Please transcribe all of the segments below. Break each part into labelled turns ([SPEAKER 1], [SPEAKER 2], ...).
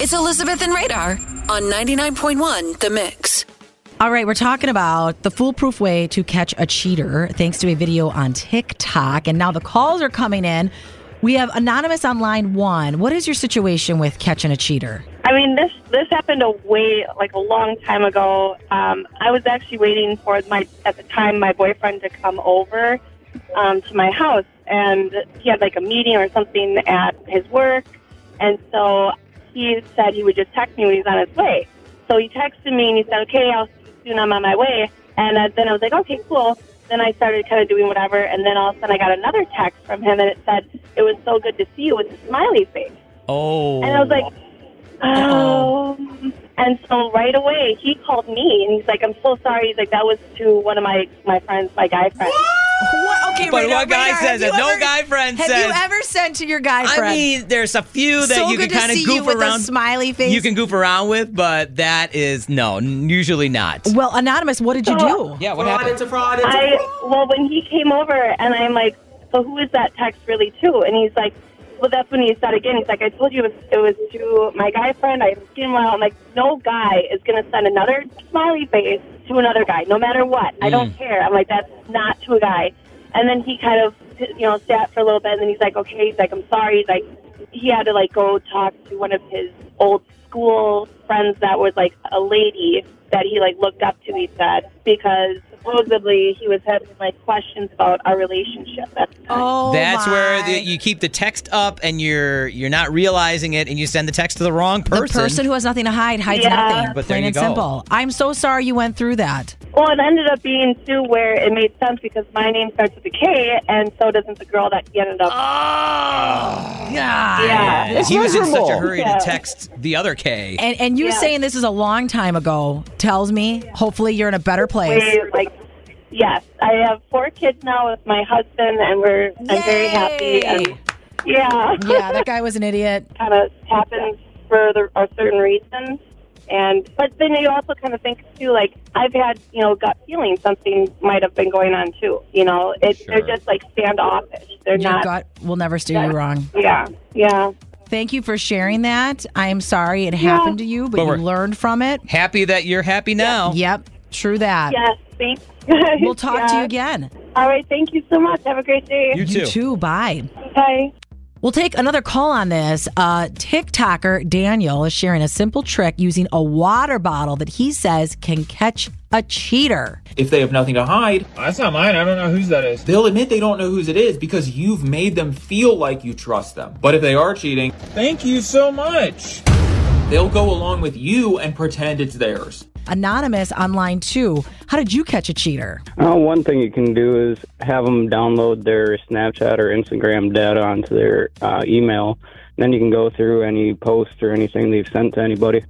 [SPEAKER 1] It's Elizabeth and Radar on 99.1 The Mix.
[SPEAKER 2] All right, we're talking about the foolproof way to catch a cheater thanks to a video on TikTok. And now the calls are coming in. We have Anonymous on line one. What is your situation with catching a cheater?
[SPEAKER 3] I mean, this this happened a way like a long time ago. Um, I was actually waiting for my at the time my boyfriend to come over um, to my house, and he had like a meeting or something at his work, and so he said he would just text me when he's on his way. So he texted me and he said, "Okay, I'll see you soon. I'm on my way." And uh, then I was like, "Okay, cool." Then I started kind of doing whatever, and then all of a sudden I got another text from him, and it said, "It was so good to see you" with a smiley face.
[SPEAKER 4] Oh.
[SPEAKER 3] And I was like, oh. And so right away, he called me and he's like, I'm so sorry. He's like, that was to one of my, my friends, my guy friends.
[SPEAKER 2] What? Okay,
[SPEAKER 4] but
[SPEAKER 2] Radar,
[SPEAKER 4] what guy
[SPEAKER 2] Radar,
[SPEAKER 4] says
[SPEAKER 2] have
[SPEAKER 4] it?
[SPEAKER 2] you
[SPEAKER 4] No
[SPEAKER 2] ever-
[SPEAKER 4] guy friend
[SPEAKER 2] Have
[SPEAKER 4] says.
[SPEAKER 2] you ever sent to your guy friend?
[SPEAKER 4] I mean, there's a few that
[SPEAKER 2] so
[SPEAKER 4] you can
[SPEAKER 2] good to
[SPEAKER 4] kind of
[SPEAKER 2] see
[SPEAKER 4] goof
[SPEAKER 2] you with
[SPEAKER 4] around.
[SPEAKER 2] a smiley face.
[SPEAKER 4] You can goof around with, but that is no, n- usually not.
[SPEAKER 2] Well, Anonymous, what did you do?
[SPEAKER 4] Oh, Yeah, what happened?
[SPEAKER 3] I, well, when he came over and I'm like, so who is that text really to? And he's like, well, that's when he said again, he's like, I told you it was, it was to my guy friend. I skin well. I'm like, no guy is going to send another smiley face to another guy, no matter what. I don't care. I'm like, that's not to a guy. And then he kind of, you know, sat for a little bit and then he's like, okay, he's like, I'm sorry. He's like, he had to like go talk to one of his old school friends that was like a lady that he like looked up to. He said because supposedly he was having like questions about our relationship. That's
[SPEAKER 2] Oh,
[SPEAKER 4] That's
[SPEAKER 2] my.
[SPEAKER 4] where the, you keep the text up and you're you're not realizing it, and you send the text to the wrong
[SPEAKER 2] the
[SPEAKER 4] person.
[SPEAKER 2] person who has nothing to hide hides
[SPEAKER 3] Yeah.
[SPEAKER 2] nothing.
[SPEAKER 4] But there
[SPEAKER 2] plain
[SPEAKER 4] you
[SPEAKER 2] and
[SPEAKER 4] go.
[SPEAKER 2] simple. I'm so sorry you went through that.
[SPEAKER 3] well, it ended up being too where it made sense because my name starts with a K, and so doesn't the girl that he ended up.
[SPEAKER 2] Yeah.
[SPEAKER 3] yeah.
[SPEAKER 4] And Oh, he was in such a hurry
[SPEAKER 3] Yeah.
[SPEAKER 4] to text the other K.
[SPEAKER 2] And and you
[SPEAKER 3] Yeah.
[SPEAKER 2] saying this is a long time ago tells me hopefully you're in a better place.
[SPEAKER 3] Way, like, yes, I have four kids now with my husband, and we're I'm very happy.
[SPEAKER 2] Yay.
[SPEAKER 3] And, yeah.
[SPEAKER 2] yeah, that guy was an idiot.
[SPEAKER 3] kind of happens for the, a certain reason. And but then you also kind of think too, like I've had you know gut feeling something might have been going on too. You know, it,
[SPEAKER 4] Sure.
[SPEAKER 3] they're just like standoffish. They're
[SPEAKER 2] Your
[SPEAKER 3] not.
[SPEAKER 2] gut will never steer you wrong.
[SPEAKER 3] Yeah, yeah.
[SPEAKER 2] Thank you for sharing that. I am sorry it happened to you, but,
[SPEAKER 4] But
[SPEAKER 2] you
[SPEAKER 4] we're-
[SPEAKER 2] learned from it.
[SPEAKER 4] Happy that you're happy now.
[SPEAKER 2] Yep, true that.
[SPEAKER 3] Yes, thanks. guys.
[SPEAKER 2] We'll talk to
[SPEAKER 3] Yeah.
[SPEAKER 2] you again.
[SPEAKER 3] All right, thank you so much. Have a great day.
[SPEAKER 4] You too.
[SPEAKER 2] You too. Bye.
[SPEAKER 3] Bye.
[SPEAKER 2] We'll take another call on this. Uh, TikToker Daniel is sharing a simple trick using a water bottle that he says can catch a cheater.
[SPEAKER 5] if they have nothing to hide,
[SPEAKER 6] That's not mine. I don't know whose that is.
[SPEAKER 5] they'll admit they don't know whose it is because you've made them feel like you trust them. But if they are cheating,
[SPEAKER 6] Thank you so much.
[SPEAKER 5] they'll go along with you and pretend it's theirs.
[SPEAKER 2] Anonymous on line two. How did you catch a cheater?
[SPEAKER 7] Uh, one thing you can do is have them download their Snapchat or Instagram data onto their uh, email. Then you can go through any post or anything they've sent to anybody.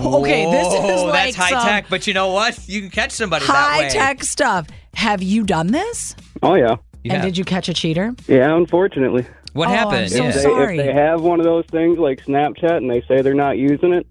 [SPEAKER 2] Okay, this is
[SPEAKER 4] Whoa,
[SPEAKER 2] like
[SPEAKER 4] that's high
[SPEAKER 2] some
[SPEAKER 4] tech, but you know what? You can catch somebody that way.
[SPEAKER 2] high tech stuff. Have you done this?
[SPEAKER 7] Oh yeah,
[SPEAKER 4] Yeah.
[SPEAKER 2] And did you catch a cheater?
[SPEAKER 7] yeah. Unfortunately,
[SPEAKER 4] What
[SPEAKER 2] Oh, I'm
[SPEAKER 4] happened?
[SPEAKER 2] so
[SPEAKER 7] if they,
[SPEAKER 2] Sorry.
[SPEAKER 7] if they have one of those things like Snapchat and they say they're not using it,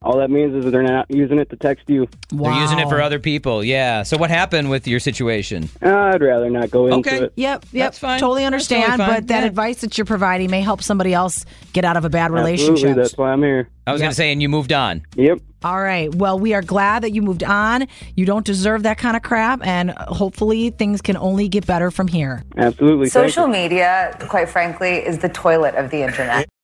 [SPEAKER 7] all that means is that they're not using it to text you.
[SPEAKER 2] Wow.
[SPEAKER 4] They're using it for other people. Yeah. So what happened with your situation?
[SPEAKER 7] I'd rather not go into
[SPEAKER 4] Okay.
[SPEAKER 7] it.
[SPEAKER 2] Yep, yep.
[SPEAKER 4] That's
[SPEAKER 2] Totally
[SPEAKER 4] fine. That's totally
[SPEAKER 2] understand,
[SPEAKER 4] fine.
[SPEAKER 2] but that
[SPEAKER 4] Yeah.
[SPEAKER 2] advice that you're providing may help somebody else get out of a bad
[SPEAKER 7] Absolutely,
[SPEAKER 2] relationship.
[SPEAKER 7] that's why I'm here.
[SPEAKER 4] I was going to say, and you moved on.
[SPEAKER 7] Yep.
[SPEAKER 2] All right. Well, we are glad that you moved on. You don't deserve that kind of crap, and hopefully things can only get better from here.
[SPEAKER 7] Absolutely. Thank you.
[SPEAKER 8] Social media, quite frankly, is the toilet of the internet.